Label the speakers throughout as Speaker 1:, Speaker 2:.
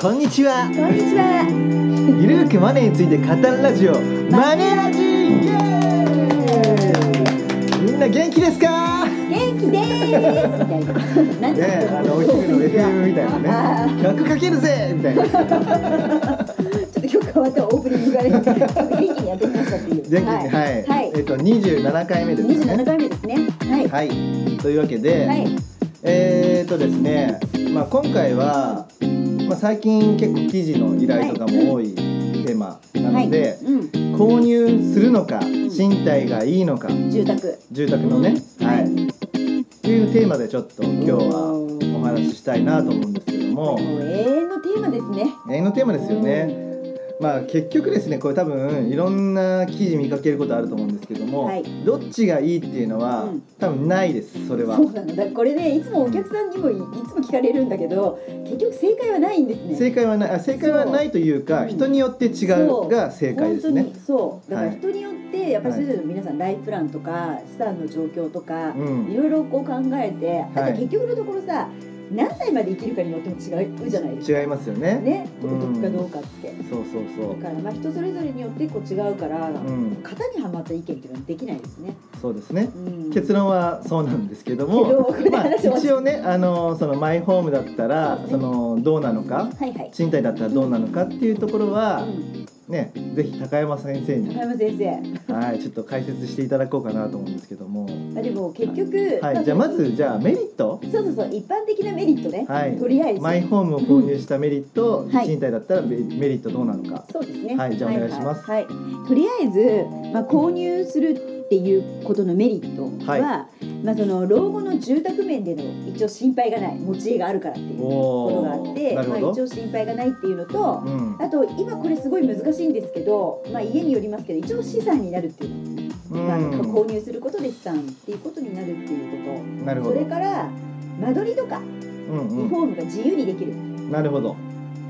Speaker 1: こんにちは
Speaker 2: こんにちは。
Speaker 1: ゆるくマネーについて語るラジオマネラジイエーイみんな元気ですか
Speaker 2: 元気でーす。みたいな。なんか
Speaker 1: ねあのお昼の FM みたいなね100かけるぜみたいな
Speaker 2: ちょっと今日変わったオープニングがね、元気にやってきましたってい
Speaker 1: 元
Speaker 2: う。
Speaker 1: 気にはい、
Speaker 2: はい。
Speaker 1: えっと27回目です
Speaker 2: 二十
Speaker 1: ね
Speaker 2: 七回目ですね。はい。
Speaker 1: はいというわけで、
Speaker 2: はい。
Speaker 1: えー、っとですね、まあ、今回は、まあ、最近結構記事の依頼とかも多いテーマな
Speaker 2: はい。
Speaker 1: ので、
Speaker 2: うん。
Speaker 1: 購入するのか賃貸がいいのか
Speaker 2: 住宅。
Speaker 1: 住宅のね、
Speaker 2: うん
Speaker 1: はい、
Speaker 2: は
Speaker 1: っていうテーマでちょっと今日は
Speaker 2: お
Speaker 1: お話ししたいなと思うんですけども
Speaker 2: もう永遠のテーマですね。
Speaker 1: 永遠のテーマですよね。まあ結局ですねこれ多分いろんな記事見かけることあると思うんですけども、
Speaker 2: はい
Speaker 1: どっちがいいっていうのは、
Speaker 2: うん
Speaker 1: 多分ないですそれは
Speaker 2: そ。うなのだ。これね、いつもお客さんにもいいつも聞かれるんだけど、結局正解はないんですね。
Speaker 1: 正解はないあ正解はないというか
Speaker 2: そう
Speaker 1: 人によって違うが正解ですね
Speaker 2: 本当。にそうだから
Speaker 1: はい
Speaker 2: 人によってやっぱりそれぞれの皆さんライフプランとか資産の状況とか、
Speaker 1: うん
Speaker 2: いろいろこう考えて
Speaker 1: は
Speaker 2: あ
Speaker 1: い
Speaker 2: と結局のところさ何歳まで生きるかによっても違うじゃないですか
Speaker 1: 違いますよね。
Speaker 2: ねお
Speaker 1: うん
Speaker 2: 得かどうかってだ
Speaker 1: そうそうそう。
Speaker 2: からまあ人それぞれによってこう違うから、
Speaker 1: うん、
Speaker 2: 型にはまった意見っていうのはできないですね、
Speaker 1: そうですね。
Speaker 2: うん、
Speaker 1: 結論はそうなんですけど
Speaker 2: けど
Speaker 1: も、
Speaker 2: これ
Speaker 1: まあ、
Speaker 2: 話は
Speaker 1: 一応ねあのそのマイホームだったら
Speaker 2: そうです
Speaker 1: そ
Speaker 2: ね
Speaker 1: のどうなのか
Speaker 2: はいはい、
Speaker 1: 賃貸だったらどうなのかっていうところは
Speaker 2: うん、
Speaker 1: ねぜひ高山先生
Speaker 2: 高
Speaker 1: に、
Speaker 2: 山先生
Speaker 1: はい、ちょっと解説していただこうかなと思うんですけども、
Speaker 2: あでも結局、
Speaker 1: はい、じゃあまずじゃあメリット
Speaker 2: そうそうそう一般的なメリットね、
Speaker 1: はい
Speaker 2: とりあえず
Speaker 1: マイホームを購入したメリット、
Speaker 2: んはい
Speaker 1: 賃貸だったらメメリットどうなのか、
Speaker 2: そうですね。
Speaker 1: はいじゃあお願いします
Speaker 2: はい、はいとりあえず、まあ、購入するっていうことのメリットは、
Speaker 1: はい
Speaker 2: まあ、その老後の住宅面での一応心配がない持ち家があるからっていうこ
Speaker 1: お
Speaker 2: と
Speaker 1: お
Speaker 2: があって、
Speaker 1: な
Speaker 2: ま
Speaker 1: るほ
Speaker 2: あ、一
Speaker 1: ど、
Speaker 2: 応心配がないっていうのと。
Speaker 1: うん
Speaker 2: あと今これすごい難しいんですけど、まあ、家によりますけど一応資産になるっていう
Speaker 1: う
Speaker 2: のが、まあ
Speaker 1: ん、
Speaker 2: 購入することで資産っていうことになるっていう
Speaker 1: なる
Speaker 2: こと
Speaker 1: ほ
Speaker 2: それ
Speaker 1: ど、
Speaker 2: から間取りとか
Speaker 1: うん
Speaker 2: リフォームが自由にできる
Speaker 1: うん、なるほど、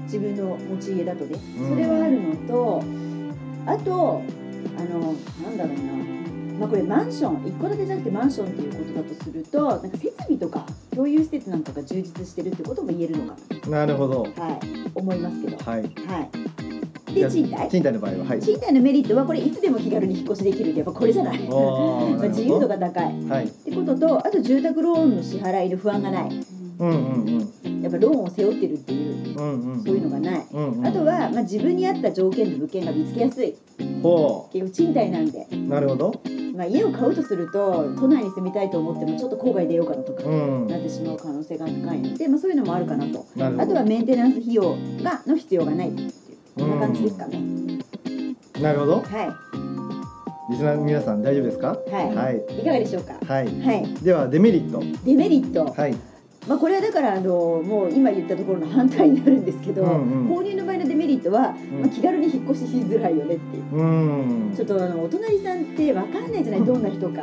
Speaker 2: 自分の持ち家だとね
Speaker 1: うん
Speaker 2: それはあるのと、あとあのなんだろうな、まあ、これマンション一戸建てじゃなくてマンションっていうことだとするとなんか設備とか共有施設なんかが充実してるってことも言えるのか
Speaker 1: なるほど、
Speaker 2: な、はい、思いますけど。
Speaker 1: はい、
Speaker 2: はい、
Speaker 1: い
Speaker 2: で
Speaker 1: や
Speaker 2: 賃貸
Speaker 1: 賃貸の場合は、はい、
Speaker 2: 賃貸のメリットはこれいつでも気軽に引っ越しできるってやっぱこれじゃない。ま
Speaker 1: おー
Speaker 2: あ
Speaker 1: なる
Speaker 2: 自由
Speaker 1: ほ
Speaker 2: 度
Speaker 1: ど
Speaker 2: が高いっ
Speaker 1: はい、
Speaker 2: てこととあと住宅ローンの支払いの不安がない
Speaker 1: うんうんうん、
Speaker 2: やっぱローンを背負ってるっていう
Speaker 1: うんうん、
Speaker 2: そういうのがない
Speaker 1: うんうん、
Speaker 2: あとは、まあ、自分に合った条件の物件が見つけやすい
Speaker 1: ほ
Speaker 2: 結局賃貸なんで、
Speaker 1: うなるほど、
Speaker 2: まあ、家を買うとすると都内に住みたいと思ってもちょっと郊外出ようかなとか、
Speaker 1: うん、
Speaker 2: なってしまう可能性が高いので、まあ、そういうのもあるかなと
Speaker 1: なる
Speaker 2: あ
Speaker 1: ほ
Speaker 2: と
Speaker 1: ど
Speaker 2: は、メンテナンス費用がの必要がないっていうこんな感じですかね、
Speaker 1: なるほど、
Speaker 2: はい
Speaker 1: リスナーの皆さん大丈夫ですか？
Speaker 2: はい、
Speaker 1: はい、
Speaker 2: い、かがでしょうか
Speaker 1: はい、
Speaker 2: はい
Speaker 1: ではデメリット、
Speaker 2: デメリット、
Speaker 1: はい、
Speaker 2: まあ、これはだからあのもう今言ったところの反対になるんですけど、
Speaker 1: うんうん
Speaker 2: 購入の場合のデメリットは、まあ、気軽に引っ越ししづらいよねっていう
Speaker 1: うん、
Speaker 2: ちょっとあのお隣さんって分かんないじゃないどんな人か。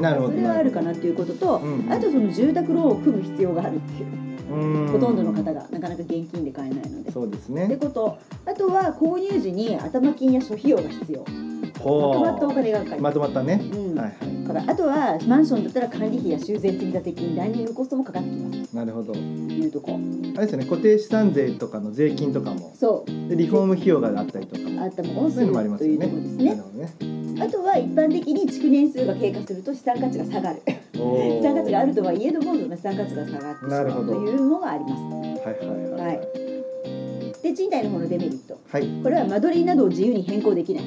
Speaker 1: なるほど、
Speaker 2: それはあるか
Speaker 1: な
Speaker 2: なっていうことと、
Speaker 1: うん
Speaker 2: あとその住宅ローンを組む必要があるっていう、
Speaker 1: るほど、うん
Speaker 2: ほとんどの方がなかなか現金で買えないので。
Speaker 1: そうです
Speaker 2: って
Speaker 1: ね、
Speaker 2: ことあとは購入時に頭金や諸費用が必要まとまったお金がかかり
Speaker 1: ま
Speaker 2: ま
Speaker 1: とまったね、
Speaker 2: す、うん
Speaker 1: はいは
Speaker 2: だからあとはマンションだったら管理費や修繕積立金ランニングコストもかかってきます
Speaker 1: い、なるほど、
Speaker 2: というとこ
Speaker 1: あれですよね、固定資産税とかの税金とかも、
Speaker 2: そう
Speaker 1: でリフォーム費用があったりとかも、
Speaker 2: あったもを
Speaker 1: そ
Speaker 2: す
Speaker 1: ういう
Speaker 2: る
Speaker 1: のもありま
Speaker 2: と
Speaker 1: すよ
Speaker 2: いう
Speaker 1: ね、
Speaker 2: ところです
Speaker 1: な
Speaker 2: ね
Speaker 1: るほどね、
Speaker 2: あとは一般的に築年数が経過すると資産価値が下がる
Speaker 1: おー
Speaker 2: 資産価値があるとはいえども資産価値が下がってしま
Speaker 1: なるほ
Speaker 2: う
Speaker 1: ど
Speaker 2: というのがあります
Speaker 1: はいはいはい、
Speaker 2: はいで賃貸の方のデメリット
Speaker 1: はい、
Speaker 2: これは間取りなどを自由に変更できない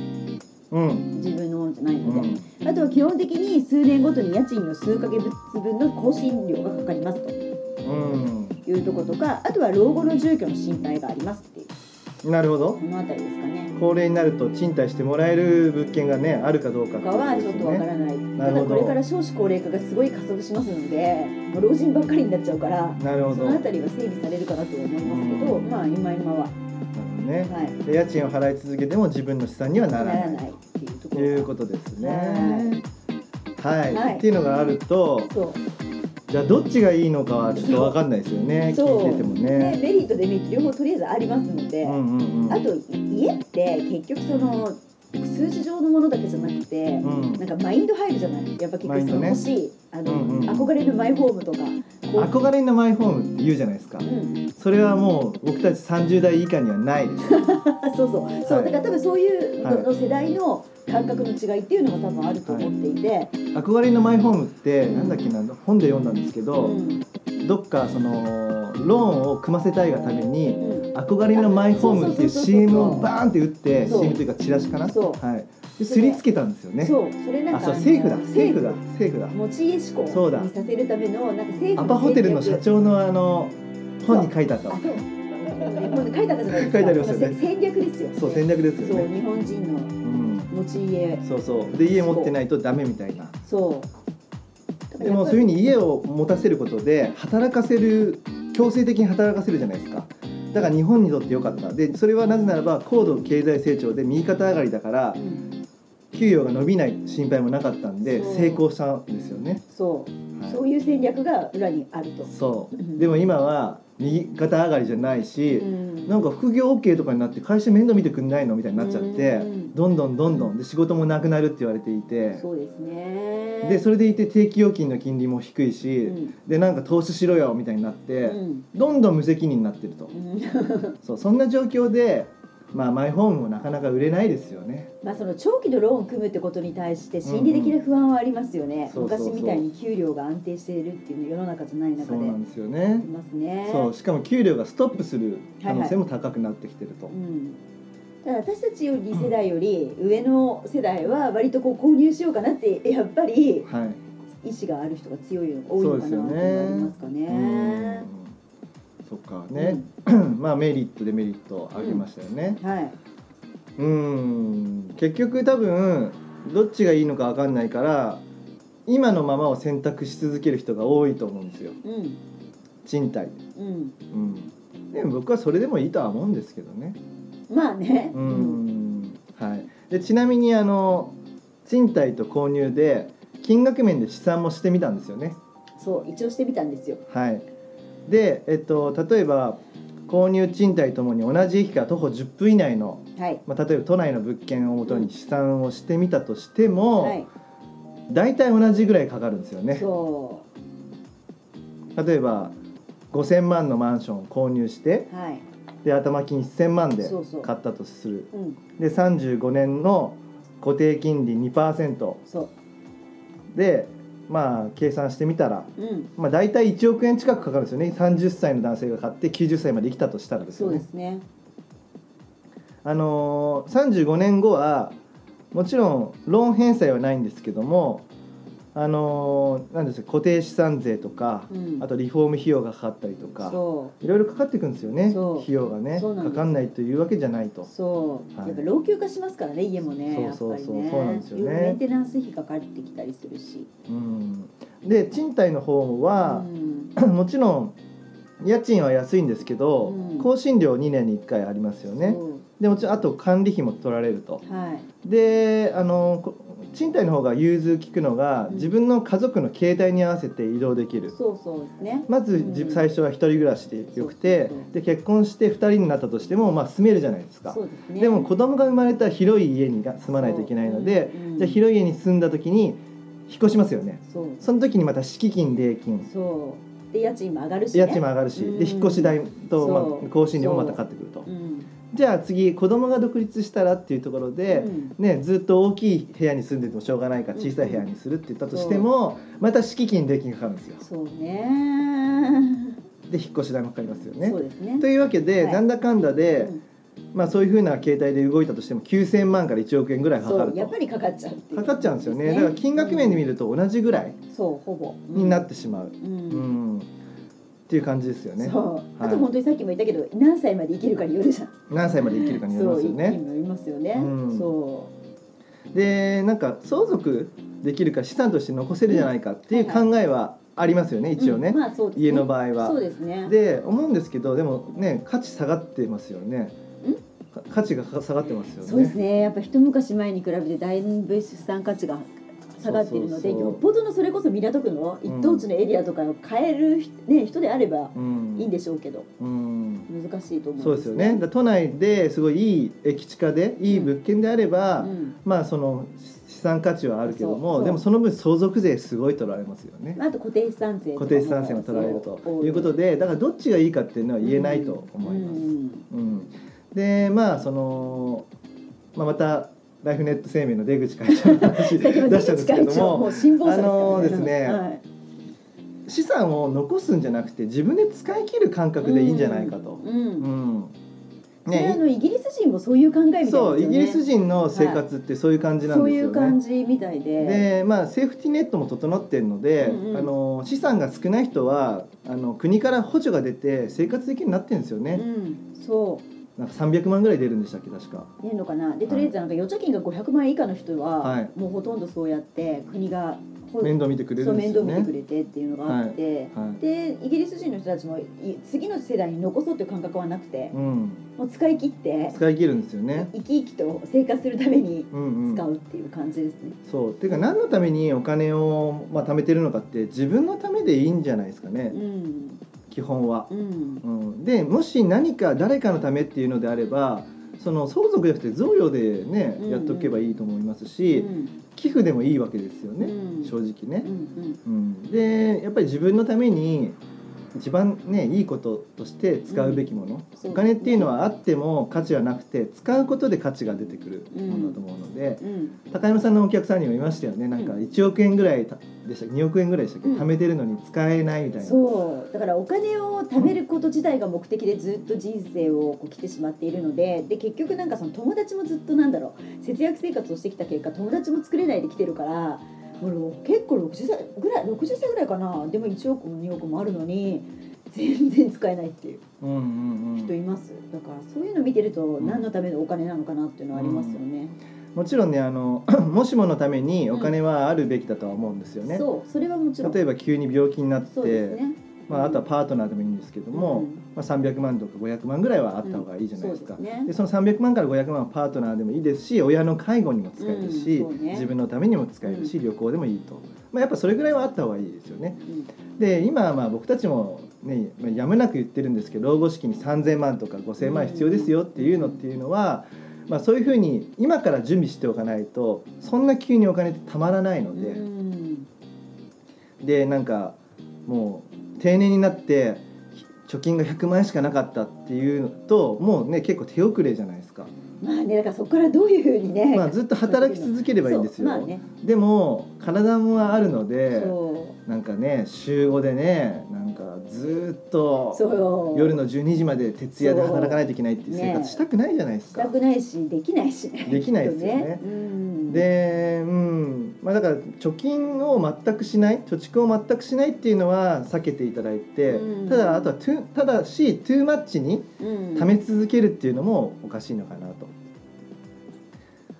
Speaker 1: うん、
Speaker 2: 自分のものじゃないの
Speaker 1: う
Speaker 2: で、
Speaker 1: ん、
Speaker 2: あとは基本的に数年ごとに家賃の数ヶ月分の更新料がかかりますと
Speaker 1: うん。
Speaker 2: いうとことかあとは老後の住居の心配がありますっていう
Speaker 1: なるほど
Speaker 2: この辺りですかね
Speaker 1: 高齢になると賃貸してもらえる物件がねあるかどうか
Speaker 2: と
Speaker 1: って
Speaker 2: か
Speaker 1: いうこと
Speaker 2: は
Speaker 1: ですよ
Speaker 2: ちょっとわか
Speaker 1: ね
Speaker 2: らない
Speaker 1: な
Speaker 2: た
Speaker 1: るほ
Speaker 2: だ
Speaker 1: ど
Speaker 2: これから少子高齢化がすごい加速しますのでもう老人ばっかりになっちゃうから
Speaker 1: なるほ
Speaker 2: そ
Speaker 1: ど
Speaker 2: の辺りは整備されるかなと思いますけど、
Speaker 1: うん
Speaker 2: まあ今今はは
Speaker 1: なるほどね
Speaker 2: い
Speaker 1: で家賃を払い続けても自分の資産にはな
Speaker 2: な
Speaker 1: らな
Speaker 2: ら
Speaker 1: い
Speaker 2: ないっていうとことろ
Speaker 1: いうことですね
Speaker 2: は
Speaker 1: はい、
Speaker 2: はい
Speaker 1: っていうのがあると
Speaker 2: そう
Speaker 1: じゃあどっちがいいのかはちょっとわかんないですよね
Speaker 2: そう
Speaker 1: 聞いてても
Speaker 2: で
Speaker 1: ね
Speaker 2: メリットデメリット両方とりあえずありますので、
Speaker 1: うんうんうん
Speaker 2: あとい家って結局その数字上のものだけじゃなくて、
Speaker 1: うん
Speaker 2: なんかマインド入るじゃないやっぱ結
Speaker 1: マインド
Speaker 2: 局その
Speaker 1: ね
Speaker 2: 欲しい、あの、
Speaker 1: うんうん
Speaker 2: 憧れるマイホームとかこう
Speaker 1: 憧れのマイホームって言うじゃないですか
Speaker 2: うん、
Speaker 1: それはもう僕たち30代以下にはないです
Speaker 2: あそうそう、そうだから多分そういうのの世代の感覚の違いっていうのが多分あると思っていて、
Speaker 1: 憧れのマイホームってなんだっけな本で読んだんですけ
Speaker 2: う
Speaker 1: ど、
Speaker 2: ん
Speaker 1: どっかそのローンを組ませたいがために
Speaker 2: うん、
Speaker 1: 憧れのマイホームっていう
Speaker 2: そうそうそうそう
Speaker 1: CM をバーンって打って
Speaker 2: そう
Speaker 1: CM というかチラシかな
Speaker 2: そう
Speaker 1: はいですりつけたんですよね
Speaker 2: そうそれなんか
Speaker 1: あそう
Speaker 2: あの
Speaker 1: 政府だ政府だ政府だ
Speaker 2: 持ち家志向
Speaker 1: そうだ
Speaker 2: にさせるためのなんか政府
Speaker 1: アパホテルの社
Speaker 2: 戦略
Speaker 1: 長のあの本に書いてあった
Speaker 2: あそうもう書いてあったじゃないですか
Speaker 1: 書いてありますよね
Speaker 2: その戦略ですよ
Speaker 1: そう戦略ですよ
Speaker 2: そう
Speaker 1: ね
Speaker 2: 日本人の
Speaker 1: うん
Speaker 2: 持ち家
Speaker 1: そうそうで家持ってないとダメみたいな
Speaker 2: そう
Speaker 1: でもそういうふうに家を持たせることで働かせる強制的に働かせるじゃないですかだから日本にとって良かったでそれはなぜならば高度経済成長で右肩上がりだから
Speaker 2: うん
Speaker 1: 給与が伸びない心配もなかったんで
Speaker 2: そう
Speaker 1: 成功したんですよね、
Speaker 2: そう
Speaker 1: はい
Speaker 2: そういう戦略が裏にあると
Speaker 1: そう
Speaker 2: うん
Speaker 1: でも今は右肩上がりじゃないし
Speaker 2: う、ん
Speaker 1: なんか副業 OK とかになって会社面倒見てくんないのみたいになっちゃって、
Speaker 2: うん
Speaker 1: どんどんどんどんで仕事もなくなるって言われていて
Speaker 2: そうですね
Speaker 1: でそれでいて定期預金の金利も低いうし、
Speaker 2: ん
Speaker 1: でなんか投資しろよみたいになって、
Speaker 2: うん
Speaker 1: どんどん無責任になってると、
Speaker 2: うん
Speaker 1: そうそんな状況で、まあ、マイホームもなかなか売れないですよね
Speaker 2: まあその長期のローンを組むってことに対して心理的な不安はありますよね、
Speaker 1: うんうんそうそうそう
Speaker 2: 昔みたいに給料が安定しているっていうの世の中じゃない中
Speaker 1: そ
Speaker 2: で
Speaker 1: うなんですよね
Speaker 2: いますね
Speaker 1: そうしかも給料がストップする可能性も高くなってきてると、
Speaker 2: うん、ただ私たちより世代より上の世代は割とこう購入しようかなってやっぱり
Speaker 1: はい、
Speaker 2: 意志がある人が強いのが多いのかなっていうのはありますか
Speaker 1: うん
Speaker 2: ね。
Speaker 1: そっかね、まあメリットデメリットあげましたよね、
Speaker 2: うん、はい、
Speaker 1: うーん結局多分どっちがいいのか分かんないから今のままを選択し続ける人が多いと思うんですよ
Speaker 2: うん、
Speaker 1: 賃貸
Speaker 2: うん、
Speaker 1: うんでも僕はそれでもいいとは思うんですけどね
Speaker 2: まあね、
Speaker 1: うーんはいでちなみにあの賃貸と購入で金額面で試算もしてみたんですよね
Speaker 2: そう一応してみたんですよ。
Speaker 1: はいでえっと例えば購入賃貸ともに同じ駅から徒歩10分以内の、
Speaker 2: はい、
Speaker 1: まあ、例えば都内の物件をもとに試算をしてみたとしても、
Speaker 2: はい、
Speaker 1: 大体同じぐらいかかるんですよね
Speaker 2: そ
Speaker 1: 例えば5,000万のマンションを購入して
Speaker 2: う、はい、
Speaker 1: で頭金1,000万で
Speaker 2: そうそう
Speaker 1: 買ったとする
Speaker 2: うん、
Speaker 1: で35年の固定金利2%
Speaker 2: そ
Speaker 1: でまあ計算してみたら、
Speaker 2: う、うん、
Speaker 1: まあ、大体1億円近くかかるんですよね30歳の男性が買って90歳まで生きたとしたらです
Speaker 2: そ
Speaker 1: よ
Speaker 2: うで
Speaker 1: ね。
Speaker 2: すね。
Speaker 1: あのー、35年後はもちろんローン返済はないんですけども、あのーなんですよ固定資産税とか、
Speaker 2: うん、
Speaker 1: あとリフォーム費用がかかったりとか
Speaker 2: そ
Speaker 1: いろいろかかってくんですよね
Speaker 2: そう
Speaker 1: 費用がね
Speaker 2: そうなん
Speaker 1: か
Speaker 2: です、
Speaker 1: かんないというわけじゃないうと
Speaker 2: そう、
Speaker 1: はい
Speaker 2: やっぱ老朽化しますからね、家もね、やっぱ
Speaker 1: そうそう
Speaker 2: り
Speaker 1: そう
Speaker 2: ね、
Speaker 1: そうなんですよね
Speaker 2: いろいろメンテナンス費かかってきたりするし、
Speaker 1: うんで賃貸の方
Speaker 2: う
Speaker 1: は、
Speaker 2: ん
Speaker 1: もちろん家賃は安いんですけど、
Speaker 2: うん
Speaker 1: 更新料2年に1回ありますよね
Speaker 2: そう
Speaker 1: でもちろんあと管理費も取られると
Speaker 2: はい。
Speaker 1: であのこ賃貸の方が融通きくのが、
Speaker 2: うん
Speaker 1: 自分の家族の携帯に合わせて移動できる
Speaker 2: そうそうですね。
Speaker 1: まず、
Speaker 2: うん
Speaker 1: じ最初は一人暮らしでよくて
Speaker 2: そうそうそう
Speaker 1: で結婚して2人になったとしても、まあ、住めるじゃないですか
Speaker 2: そうですね。
Speaker 1: でも子供が生まれたら広い家にが住まないといけないので、
Speaker 2: そううん
Speaker 1: じゃあ広い家に住んだ時に引っ越しますよね
Speaker 2: そう
Speaker 1: その時にまた敷金礼金
Speaker 2: そうで家賃も上がるし、ね。
Speaker 1: 家賃も上がるし、
Speaker 2: うん
Speaker 1: で引っ越し代と、
Speaker 2: そ
Speaker 1: ま
Speaker 2: う
Speaker 1: あ、更新料もまたかかってくると
Speaker 2: うん。
Speaker 1: じゃあ次子供が独立したらっていうところで、
Speaker 2: うん
Speaker 1: ね、ずっと大きい部屋に住んでてもしょうがないから小さい部屋にするって言ったとしても、また敷金礼金かかるんですよ
Speaker 2: そうね。
Speaker 1: で引っ越し代もかかりますよね
Speaker 2: そうですね。
Speaker 1: というわけで、
Speaker 2: はい
Speaker 1: なんだかんだで、
Speaker 2: うん
Speaker 1: まあ、そういうふうな携帯で動いたとしても9,000万から1億円ぐらいかか
Speaker 2: そ
Speaker 1: る
Speaker 2: うやっ
Speaker 1: と
Speaker 2: ぱりかかっちゃうっていう
Speaker 1: かかっちゃうんですよねだから金額面で見ると同じぐらい
Speaker 2: うんそうほぼ
Speaker 1: になってしまう、
Speaker 2: う
Speaker 1: うん
Speaker 2: ん。
Speaker 1: っていう感じですよね
Speaker 2: そう。
Speaker 1: はい
Speaker 2: あと本当にさっきも言ったけど何歳まで生きるかによるじゃん。
Speaker 1: 何歳まで生きるかによりますよ
Speaker 2: そう生き
Speaker 1: ね
Speaker 2: るかによりますよね。
Speaker 1: うん
Speaker 2: そ
Speaker 1: でなんか相続できるか資産として残せるじゃないかっていう考えはありますよね
Speaker 2: う。
Speaker 1: 一応ね、
Speaker 2: うんまあそうですね。
Speaker 1: 家の場合は
Speaker 2: そうですね。
Speaker 1: で思うんですけどでもね価値下がってますよねか価値が下がってますよね
Speaker 2: そうですねやっぱ一昔前に比べてだいぶ資産価値が下がってるので
Speaker 1: そうそうそう
Speaker 2: よっぽどのそれこそ港区の一等地のエリアとかを変える、ね、人であれば
Speaker 1: うん
Speaker 2: いいんでしょうけど
Speaker 1: うん
Speaker 2: 難しいと思うん
Speaker 1: そうですよね。だから都内ですごいいい駅地下でいい物件であれば、
Speaker 2: うん
Speaker 1: まあその資産価値はあるけど
Speaker 2: そうそ
Speaker 1: も、
Speaker 2: う
Speaker 1: でもその分相続税すごい取られますよね。
Speaker 2: まああと固定資産税とか
Speaker 1: 固
Speaker 2: も
Speaker 1: 定資産税も取られると
Speaker 2: そ
Speaker 1: いうことで、だからどっちがいいかっていうのは言えないと思います。
Speaker 2: う
Speaker 1: うん
Speaker 2: ん
Speaker 1: でまあそのまあまたライフネット生命の出口会長の話 出
Speaker 2: 先ほど
Speaker 1: したんですけ
Speaker 2: 近い
Speaker 1: ど
Speaker 2: 地方も
Speaker 1: も。
Speaker 2: う辛抱者から
Speaker 1: あのーですね
Speaker 2: はい
Speaker 1: 資産を残すんじゃなくて自分で使い切る感覚でいいんじゃないかと。
Speaker 2: うん
Speaker 1: う
Speaker 2: うん
Speaker 1: ん
Speaker 2: それあのイギリス人もそういう考えみたいですよ
Speaker 1: そ
Speaker 2: ね
Speaker 1: うイギリス人の生活ってそういう感じなん
Speaker 2: そう
Speaker 1: です
Speaker 2: い
Speaker 1: よ
Speaker 2: う
Speaker 1: ね。
Speaker 2: 感じみたいで
Speaker 1: でまあ、セーフティーネットも整ってるので、
Speaker 2: うんうん
Speaker 1: あの資産が少ない人はあの国から補助が出て生活できるようになってるんですよ
Speaker 2: う
Speaker 1: ね、
Speaker 2: ん、そ
Speaker 1: なんか300万ぐらい出るんでしたっけ確か、
Speaker 2: う出るのかなで
Speaker 1: い
Speaker 2: とりあえずなんか預貯金が500万円以下の人は、
Speaker 1: はい
Speaker 2: もうほとんどそうやって国がほ
Speaker 1: 面倒見てくれ
Speaker 2: そ
Speaker 1: る
Speaker 2: うん
Speaker 1: で
Speaker 2: 面
Speaker 1: すよ
Speaker 2: 倒
Speaker 1: ね
Speaker 2: 見てくれてっていうのがあって、
Speaker 1: はい
Speaker 2: でイギリス人の人たちもい次の世代に残そうという感覚はなくて
Speaker 1: う、ん、
Speaker 2: もう使い切って
Speaker 1: 使い切るんですよね、
Speaker 2: 生き生きと生活するために
Speaker 1: うんうん、
Speaker 2: 使うっていう感じですね。
Speaker 1: そうていうか何のためにお金を、まあ、貯めてるのかって自分のためでいいんじゃないですかね、
Speaker 2: うん、
Speaker 1: 基本は
Speaker 2: う、ん、
Speaker 1: うん、でもし何か誰かのためっていうのであればその相続じゃなくて贈与でね、
Speaker 2: うんうん
Speaker 1: やっとけばいいと思います
Speaker 2: う
Speaker 1: し、
Speaker 2: ん、
Speaker 1: 寄付でもいいわけですよね、
Speaker 2: うん
Speaker 1: 正直ね
Speaker 2: う、ん、
Speaker 1: うん、でやっぱり自分のために一番ねいいこととして使うべきもの、
Speaker 2: う
Speaker 1: お
Speaker 2: ん
Speaker 1: 金っていうのはあっても価値はなくて使うことで価値が出てくるものだと思うので、
Speaker 2: うん、
Speaker 1: 高山さんのお客さんにもいましたよねなんか
Speaker 2: う
Speaker 1: 1億円ぐらいたでした2億円ぐらいでしたっけ、
Speaker 2: うん
Speaker 1: 貯めてるのに使えないみたいな。
Speaker 2: そうだからお金を貯めること自体が目的でずっと人生をこう来てしまっているのでで結局なんかその友達もずっとなんだろう節約生活をしてきた結果友達も作れないで来てるからもう結構60歳ぐらい60歳ぐらいかなでも1億も2億もあるのに全然使えないっていう
Speaker 1: うんうんうん
Speaker 2: 人いますだからそういうの見てると
Speaker 1: ん
Speaker 2: 何のためのお金なのかなっていうのはありますよね。
Speaker 1: もちろんねあの もしものためにお金はあるべきだとは思うんですよね。
Speaker 2: そうそれはもちろん
Speaker 1: 例えば急に病気になっ
Speaker 2: そうで
Speaker 1: て、
Speaker 2: すね。
Speaker 1: まあ、あとはパートナーでもいいんですけども、
Speaker 2: うん
Speaker 1: まあ、300万とか500万ぐらいはあった方がいいじゃないですか、
Speaker 2: うんそうですね
Speaker 1: でその300万から500万はパートナーでもいいですし親の介護にも使えるし、
Speaker 2: うんそうね
Speaker 1: 自分のためにも使えるし、旅行でもいいと、まあ、やっぱそれぐらいはあった方がいいですよね
Speaker 2: うん
Speaker 1: で今はまあ僕たちも、ね、まあやむなく言ってるんですけど老後資金に3000万とか5000万必要ですよっていうのっていうのは、まあ、そういうふうに今から準備しておかないとそんな急にお金ってたまらないので。
Speaker 2: うん
Speaker 1: でなんかもう定年になってひ貯金が100万円しかなかったっていうのともうね結構手遅れじゃないですか、
Speaker 2: まあねだからそこからどういうふうにね、
Speaker 1: まあ、ずっと働き続ければいいんですよ、
Speaker 2: そうまあね
Speaker 1: でも体もあるので
Speaker 2: そ
Speaker 1: なんかね週5でねなんかずっ
Speaker 2: うそ
Speaker 1: と
Speaker 2: う
Speaker 1: 夜の12時まで徹夜で働かないといけないっていう生
Speaker 2: ね
Speaker 1: 活したくないじゃないです
Speaker 2: し
Speaker 1: か
Speaker 2: た。くないしできないしね
Speaker 1: できないですよね
Speaker 2: きっとうん、
Speaker 1: でうんまあ、だから貯金を全くしない貯蓄を全くしないっていうのは避けていただいて、
Speaker 2: うん
Speaker 1: ただあとはトゥただしトゥーマッチに
Speaker 2: うん、
Speaker 1: 貯め続けるっていうのもおかしいのかなと。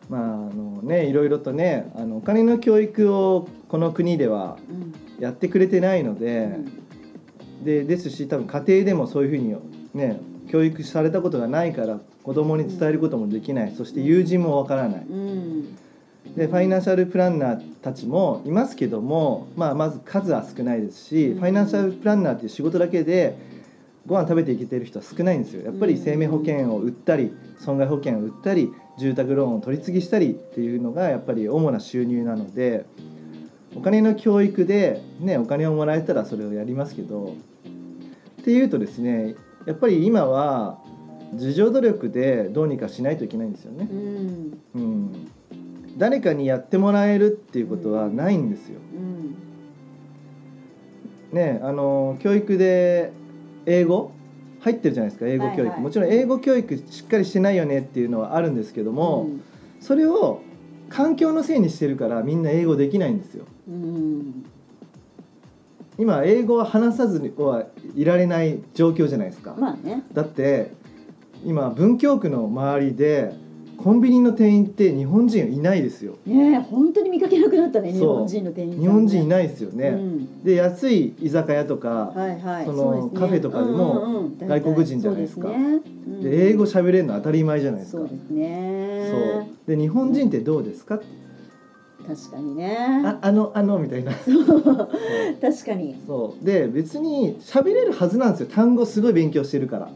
Speaker 1: まああのね、いろいろとねあのお金の教育をこの国では
Speaker 2: うん、
Speaker 1: やってくれてないの
Speaker 2: う
Speaker 1: で,、
Speaker 2: ん
Speaker 1: でですし多分家庭でもそういうふうに、ね、教育されたことがないから子供に伝えることもできない、そして友人もわからない。
Speaker 2: うん
Speaker 1: でファイナンシャルプランナーたちもいますけども、まあ、まず数は少ないですし、
Speaker 2: うん
Speaker 1: ファイナンシャルプランナーっていう仕事だけでご飯食べていけてる人は少ないんですよやっぱ
Speaker 2: う
Speaker 1: り
Speaker 2: ん
Speaker 1: 生命保険を売ったり損害保険を売ったり住宅ローンを取り次ぎしたりっていうのがやっぱり主な収入なのでお金の教育で、ね、お金をもらえたらそれをやりますけどっていうとですねやっぱり今は自助努力でどうにかしないといけないんですよね。
Speaker 2: うん
Speaker 1: うん、誰かにやってもらえるっていうことはないんですよ。
Speaker 2: うん
Speaker 1: ねあの教育で英語入ってるじゃないですか英語教育、
Speaker 2: はいはい
Speaker 1: もちろん英語教育しっかりしてないよねっていうのはあるんですけども、それを環境のせいにしてるからみんな英語できないんですよ。
Speaker 2: うん、うん
Speaker 1: 今英語は話さずにはいられない状況じゃないですか。
Speaker 2: まあね
Speaker 1: だって今文京区の周りでコンビニの店員って日本人いないですよ。
Speaker 2: ねえ本当に見かけなくなったね日
Speaker 1: そう
Speaker 2: 本人の店員さん、ね、
Speaker 1: 日本人い
Speaker 2: な
Speaker 1: ないですよね。
Speaker 2: うん、
Speaker 1: で安い居酒屋とか、
Speaker 2: はいはい
Speaker 1: その
Speaker 2: うですね
Speaker 1: カフェとかでも
Speaker 2: うんうん
Speaker 1: 外国人じゃないですか
Speaker 2: そうねうん
Speaker 1: で英語喋れるの当たり前じゃないですか
Speaker 2: そうですね
Speaker 1: そうで日本人ってどうですかって
Speaker 2: 確確かにね
Speaker 1: ああのあのみたいな
Speaker 2: そう
Speaker 1: そう
Speaker 2: 確かに
Speaker 1: そうで別に喋れるはずなんですよ単語すごい勉強してるから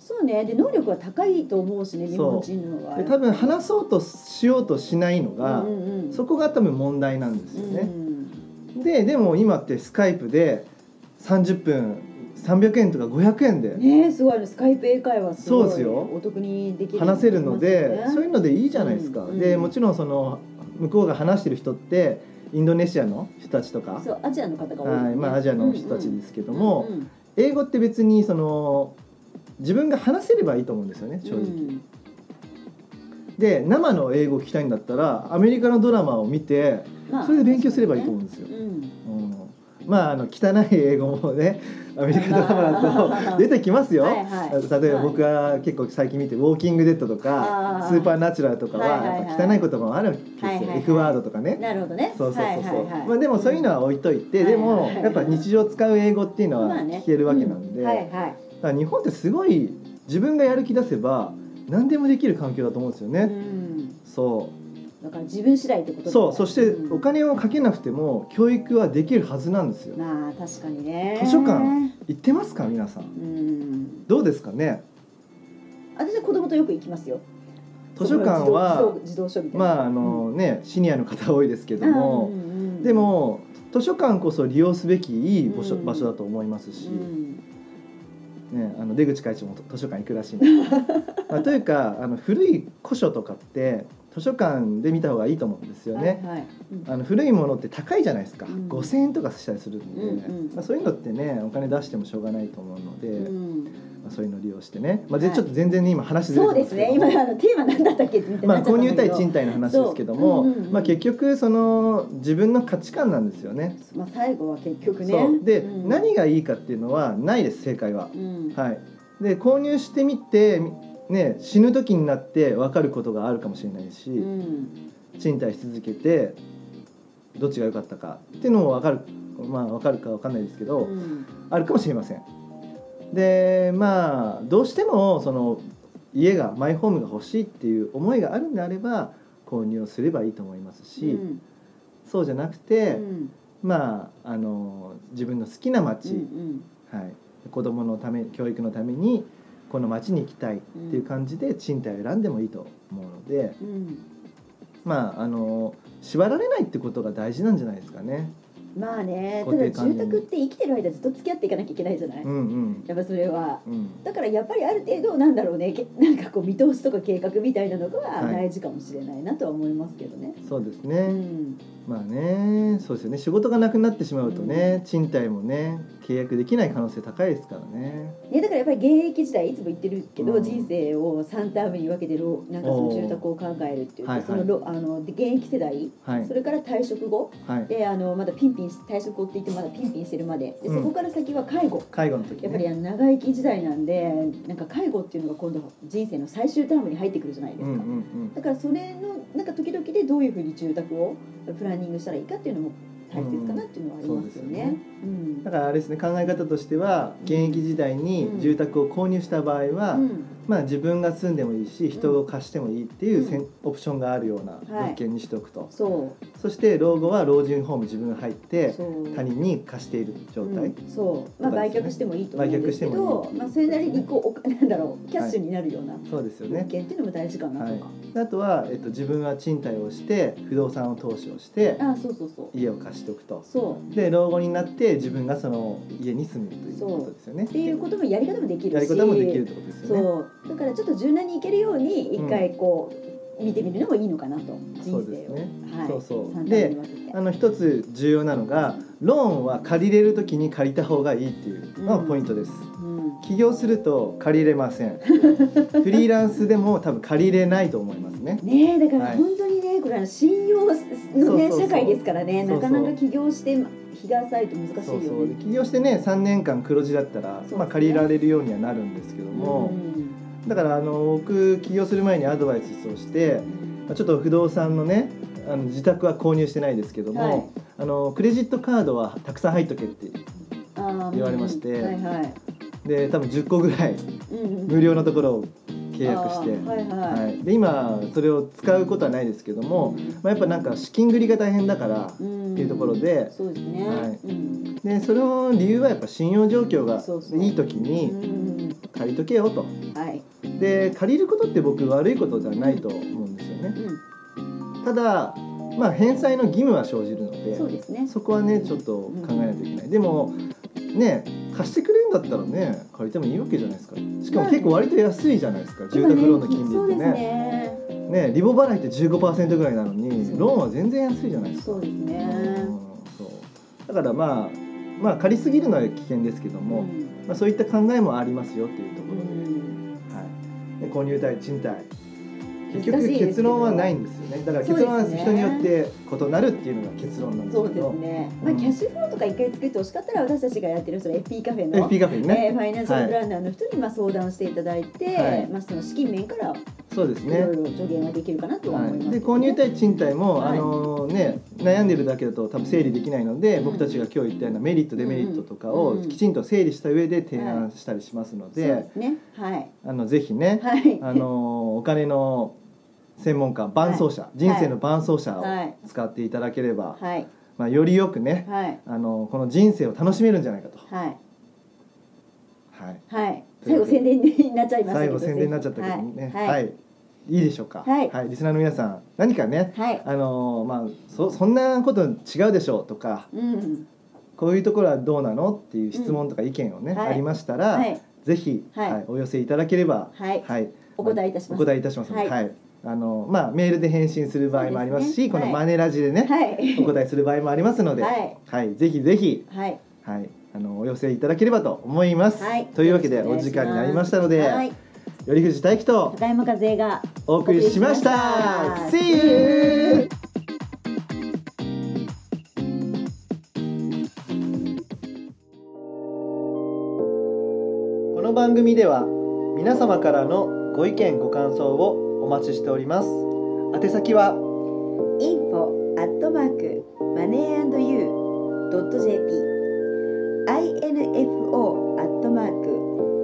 Speaker 2: そうねで能力は高いと思うしね日本人のは
Speaker 1: で多分話そうとしようとしないのが、
Speaker 2: うんうんうん
Speaker 1: そこが多分問題なんですよ
Speaker 2: う
Speaker 1: ね、
Speaker 2: ん
Speaker 1: ででも今ってスカイプで30分300円とか500円で
Speaker 2: ねえすごいあのスカイプ英会話すごい
Speaker 1: そうですよ
Speaker 2: お得にできる
Speaker 1: 話せるので、
Speaker 2: ね
Speaker 1: そういうのでいいじゃないですか、
Speaker 2: うんうん
Speaker 1: でもちろんその向こうが話してる人ってインドネシアの人たちとか、
Speaker 2: そうアジアの方が多いよね、
Speaker 1: はいまあ、アジアの人たちですけども、
Speaker 2: うんうん
Speaker 1: 英語って別にその自分が話せればいいと思うんですよね正直。
Speaker 2: うん
Speaker 1: で生の英語を聞きたいんだったらアメリカのドラマを見て
Speaker 2: まあ
Speaker 1: それで勉強すればいいと思うんですよ。
Speaker 2: うん
Speaker 1: うんまああの汚い英語もねアメリカドラマ だと出てきますよ。
Speaker 2: はいはい
Speaker 1: 例えば僕は結構最近見て「ウォーキング・デッド」とか
Speaker 2: あ
Speaker 1: 「
Speaker 2: ー
Speaker 1: スーパーナチュラル」とかは
Speaker 2: はいはい
Speaker 1: や
Speaker 2: は
Speaker 1: っ
Speaker 2: い
Speaker 1: ぱ汚い言葉もあるわけですよ、
Speaker 2: はいはいはい
Speaker 1: F ワードとかね。
Speaker 2: なるほどね
Speaker 1: そうそうそうそう、
Speaker 2: はいはいはい
Speaker 1: まあでもそういうのは置いといて、で
Speaker 2: はい
Speaker 1: も
Speaker 2: はいはい
Speaker 1: やっぱ日常使う英語っていうのは
Speaker 2: まあね
Speaker 1: 聞けるわけなんで、
Speaker 2: はいはい
Speaker 1: だから日本ってすごい自分がやる気出せば何でもできる環境だと思うんですよね。
Speaker 2: うん
Speaker 1: そう
Speaker 2: だから自分次第ってことだね
Speaker 1: そうそして
Speaker 2: うん
Speaker 1: お金をかけなくても教育はできるはずなんですよ
Speaker 2: まあ確かにね
Speaker 1: 図書館行ってますか皆さん
Speaker 2: うん
Speaker 1: どうですかね
Speaker 2: 私は子供とよく行きますよ
Speaker 1: 図書館は
Speaker 2: 自動自動書みたいな
Speaker 1: まああのねシニアの方多いですけど
Speaker 2: う
Speaker 1: も
Speaker 2: んうんうん
Speaker 1: でも図書館こそ利用すべきいい場所
Speaker 2: うん
Speaker 1: 場所だと思います
Speaker 2: う
Speaker 1: し、
Speaker 2: ん
Speaker 1: ね、あの出口会長も図書館行くらしいんで、 まあ、というかあの古い古書とかって図書館で見た方がいいと思うんですよね。
Speaker 2: はいはいうん
Speaker 1: あの古いものって高いじゃないですか、
Speaker 2: うん
Speaker 1: 5,000円とかしたりするんで、
Speaker 2: うんうん
Speaker 1: まあ、そういうのってねお金出してもしょうがないと思うので、
Speaker 2: うん
Speaker 1: まあ、そういうの利用してね、まあ、で
Speaker 2: はい
Speaker 1: ちょっと全然ね今話ずれ
Speaker 2: そう
Speaker 1: てま
Speaker 2: ですす
Speaker 1: け
Speaker 2: ね
Speaker 1: ど
Speaker 2: 今あのテーマなんだったっけみたいに
Speaker 1: ま
Speaker 2: な
Speaker 1: あ、
Speaker 2: っちゃ
Speaker 1: 購
Speaker 2: った
Speaker 1: 入
Speaker 2: んだけど
Speaker 1: 対賃貸の話ですけども、
Speaker 2: そううんうんうん
Speaker 1: まあ、結局その自分の価値観なんですよね。
Speaker 2: まあ最後は結局ね
Speaker 1: そうで、
Speaker 2: うん
Speaker 1: 何がいいかっていうのはないです正解は。
Speaker 2: うん
Speaker 1: はい、で購入してみて、ね、死ぬ時になって分かることがあるかもしれないし、
Speaker 2: うん
Speaker 1: 賃貸し続けてどっちが良かったかっていうのも分かるまあ分かるか分かんないですけど、
Speaker 2: うん
Speaker 1: あるかもしれません。でまあどうしてもその家がマイホームが欲しいっていう思いがあるんであれば購入をすればいいと思いますし、
Speaker 2: うん
Speaker 1: そうじゃなく
Speaker 2: う
Speaker 1: て、
Speaker 2: ん
Speaker 1: まああの自分の好きな
Speaker 2: う
Speaker 1: 町、
Speaker 2: ん
Speaker 1: はい、子供のため教育のためにこの町に行きたいっていう感じで賃貸を選んでもいいと思うので。
Speaker 2: うん
Speaker 1: まああの縛られないってことが大事なんじゃないですかね。
Speaker 2: まあねた
Speaker 1: 固
Speaker 2: だ
Speaker 1: 定
Speaker 2: 住
Speaker 1: 観念
Speaker 2: 宅って生きてる間ずっと付き合っていかなきゃいけないじゃない、
Speaker 1: うんうん
Speaker 2: やっぱそれは
Speaker 1: うん。
Speaker 2: だからやっぱりある程度なんだろうねけ なんかこう見通しとか計画みたいなのが
Speaker 1: はい
Speaker 2: 大事かもしれないなとは思いますけどね、
Speaker 1: そうです
Speaker 2: う
Speaker 1: ね。
Speaker 2: ん
Speaker 1: まあね、そうですよね。仕事がなくなってしまうとね、賃貸もね、契約できない可能性高いですからね。
Speaker 2: ね、だからやっぱり現役時代いつも言ってるけど、
Speaker 1: うん
Speaker 2: 人生を3タームに分けてろなんかその住宅を考えるっていうか、
Speaker 1: おーはいはい
Speaker 2: そのろあので現役世代
Speaker 1: はい
Speaker 2: それから退職後
Speaker 1: はい。
Speaker 2: であのまだピンピンし退職後って言ってもまだピンピンしてるまでで
Speaker 1: うん
Speaker 2: そこから先は介護、
Speaker 1: 介護の時
Speaker 2: やっぱり
Speaker 1: ね。
Speaker 2: あの長生き時代なんでなんか介護っていうのが今度人生の最終タームに入ってくるじゃないで
Speaker 1: う
Speaker 2: す
Speaker 1: ん
Speaker 2: か、
Speaker 1: うんうん。
Speaker 2: だからそれのなんか時々でどういうふうに住宅をプランニングしたらいいかっていうのも大切かなっていうのはありますよね。うん
Speaker 1: だからあれですね、考え方としては現役時代に住宅を購入した場合は、
Speaker 2: うん
Speaker 1: まあ自分が住んでもいいし人を貸してもいいっていうせん、
Speaker 2: う
Speaker 1: オプションがあるような
Speaker 2: はい
Speaker 1: 物件にしておくと、
Speaker 2: そ
Speaker 1: そして老後は老人ホーム自分が入っ
Speaker 2: う
Speaker 1: て
Speaker 2: そう
Speaker 1: 他人に貸している状態、
Speaker 2: うんそう、まあ、
Speaker 1: とか
Speaker 2: 売
Speaker 1: ですね
Speaker 2: 却してもいいと思うんですけ
Speaker 1: 売却してもいい
Speaker 2: ど
Speaker 1: っていう
Speaker 2: まあ、それなりにこうお なんだろうキャッシュになるような
Speaker 1: そうですよ
Speaker 2: 物
Speaker 1: ね。
Speaker 2: 件っていうのも大事かなとか、
Speaker 1: あとは、えっと、自分は賃貸をして不動産を投資をして
Speaker 2: ああそうそうそう
Speaker 1: 家を貸しておくと
Speaker 2: そう
Speaker 1: で老後になって自分がその家に住むということですよね
Speaker 2: っていうこともやり方もできるし
Speaker 1: やり方もできるってことですよね
Speaker 2: そうだからちょっと柔軟にいけるように一回こう、見てみるのもいいのかなと人生
Speaker 1: そ
Speaker 2: を
Speaker 1: うですね
Speaker 2: はい、
Speaker 1: そうそう
Speaker 2: 三
Speaker 1: で
Speaker 2: 段に分けて
Speaker 1: あの一つ重要なのがローンは借りれる時に借りた方がいいっていうのがポイントです、
Speaker 2: うん
Speaker 1: 起業すると借りれません フリーランスでも多分借りれないと思いますね
Speaker 2: ねえだから
Speaker 1: はい
Speaker 2: 本当にね、これは信用のね
Speaker 1: そうそうそう
Speaker 2: 社会ですからね
Speaker 1: そうそう
Speaker 2: なかなか起業して日が浅いと難しいよね
Speaker 1: そうそうで起業してね3年間黒字だったら、
Speaker 2: そうですね
Speaker 1: まあ、借りられるようにはなるんですけども、
Speaker 2: ん
Speaker 1: だからあの僕起業する前にアドバイスをしてまあちょっと不動産のねあの自宅は購入してないですけども、
Speaker 2: はい
Speaker 1: あのクレジットカードはたくさん入っとけって
Speaker 2: あー
Speaker 1: 言われまして
Speaker 2: うんはいはい
Speaker 1: で多分10個ぐらい
Speaker 2: うんうん
Speaker 1: 無料のところを起契約して
Speaker 2: あーはいはい、
Speaker 1: はい、で今それを使うことはないですけども、まあ、やっぱなんか資金繰りが大変だから
Speaker 2: っ
Speaker 1: っていうところで
Speaker 2: そうですね、
Speaker 1: はい
Speaker 2: うん
Speaker 1: でそれの理由はやっぱ信用状況が
Speaker 2: そうそう
Speaker 1: いい時
Speaker 2: う
Speaker 1: に
Speaker 2: ん
Speaker 1: 借りとけよと
Speaker 2: はい、
Speaker 1: で借りることって僕悪いことじゃないと思うんですよね
Speaker 2: う
Speaker 1: ただまあ返済の義務は生じるの
Speaker 2: ん、そう
Speaker 1: で
Speaker 2: ですね
Speaker 1: そこはねちょっと考えないといけないでもね貸してくれるんだったらね借りてもいいわけじゃないですかしかも結構割と安いじゃないですか住宅ローンの金利
Speaker 2: そう
Speaker 1: っ
Speaker 2: で
Speaker 1: て
Speaker 2: す
Speaker 1: ね
Speaker 2: ね
Speaker 1: ねリボ払いって15%ぐらいなの
Speaker 2: そ
Speaker 1: に
Speaker 2: う
Speaker 1: ローンは全然安いじゃないですか
Speaker 2: そうですね
Speaker 1: うんそうだからまあまあ借りすぎるのは危険ですけども、
Speaker 2: うん
Speaker 1: まあ、そういった考えもありますよっていうとこ
Speaker 2: う
Speaker 1: ろで,、
Speaker 2: ん
Speaker 1: はい、で購入対賃貸結
Speaker 2: 難
Speaker 1: 局
Speaker 2: しいですけど
Speaker 1: 結論はないんですよねだから結論は
Speaker 2: そうですね
Speaker 1: 人によって異なるっていうのが結論なんです
Speaker 2: そ
Speaker 1: け
Speaker 2: うで
Speaker 1: ど
Speaker 2: すね、まあ、キャッシュフローとか一回作ってほしかったら私たちがやってるその FP カフェの
Speaker 1: FP カフェにね、
Speaker 2: えーファイナンシャルプランナーの人にまあ相談していただいて、
Speaker 1: はい
Speaker 2: まあ、その資金面から
Speaker 1: そうです
Speaker 2: い
Speaker 1: ね
Speaker 2: ろいろ助言はできるかなとは
Speaker 1: は
Speaker 2: 思います、
Speaker 1: い、で購入対賃貸も、
Speaker 2: はい
Speaker 1: あのね、悩んでるだけだと多分整理できないので、
Speaker 2: うん
Speaker 1: 僕たちが今日言ったようなメリットデメリットとかを
Speaker 2: うん
Speaker 1: きちんと整理した上で提案したりしますの
Speaker 2: そう
Speaker 1: で、
Speaker 2: ですねはい
Speaker 1: あのぜひね、
Speaker 2: はい
Speaker 1: あのお金の専門家伴走者、人生の伴走者を
Speaker 2: はい
Speaker 1: 使っていただければ、
Speaker 2: はい
Speaker 1: まあ、よりよくね、
Speaker 2: はい
Speaker 1: あのこの人生を楽しめるんじゃないかと、
Speaker 2: はい
Speaker 1: はい、
Speaker 2: はい最後宣伝になっちゃいましたけ
Speaker 1: 最
Speaker 2: ど
Speaker 1: 後宣伝になっちゃったけどね、
Speaker 2: はい、
Speaker 1: は
Speaker 2: はい
Speaker 1: いいいでしょうか、
Speaker 2: はい
Speaker 1: リスナーの皆さん何かね
Speaker 2: はい
Speaker 1: あのまあそそんなこと違うでしょうとか
Speaker 2: うん
Speaker 1: こういうところはどうなのっていう質問とか意見をね、
Speaker 2: うんはい
Speaker 1: ありましたら、
Speaker 2: はい
Speaker 1: ぜひ、
Speaker 2: はい
Speaker 1: はいお寄せいただければ、
Speaker 2: はい
Speaker 1: はい、
Speaker 2: お答えいたし
Speaker 1: お
Speaker 2: ます
Speaker 1: 答えいたしますので、
Speaker 2: は
Speaker 1: はいあのまあ、メールで返信する場合もありますし
Speaker 2: そうですね
Speaker 1: この
Speaker 2: はい
Speaker 1: マネラジでね、
Speaker 2: はい
Speaker 1: お答えする場合もありますので、
Speaker 2: はい
Speaker 1: ぜひぜひ、
Speaker 2: はい
Speaker 1: はい、あのお寄せいただければと思います。
Speaker 2: はい
Speaker 1: というわけで
Speaker 2: よ
Speaker 1: お
Speaker 2: ろし
Speaker 1: 時
Speaker 2: くお願
Speaker 1: 間にな
Speaker 2: いします
Speaker 1: りましたので、
Speaker 2: はい
Speaker 1: よりふじ大輝と
Speaker 2: 高山和恵が
Speaker 1: お送りしました。
Speaker 2: お送りしました
Speaker 1: See you!この番組では皆様からのご意見ご感想をお待ちしております。宛先は
Speaker 2: info アットマークマネー &you ドット jp info アットマーク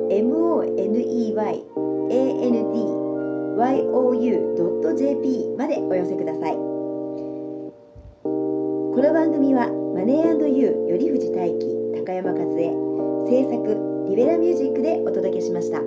Speaker 2: money and you ドット jp までお寄せくださいこの番組はマネー &you より藤大輝高山和恵制作リベラミュージックでお届けしました。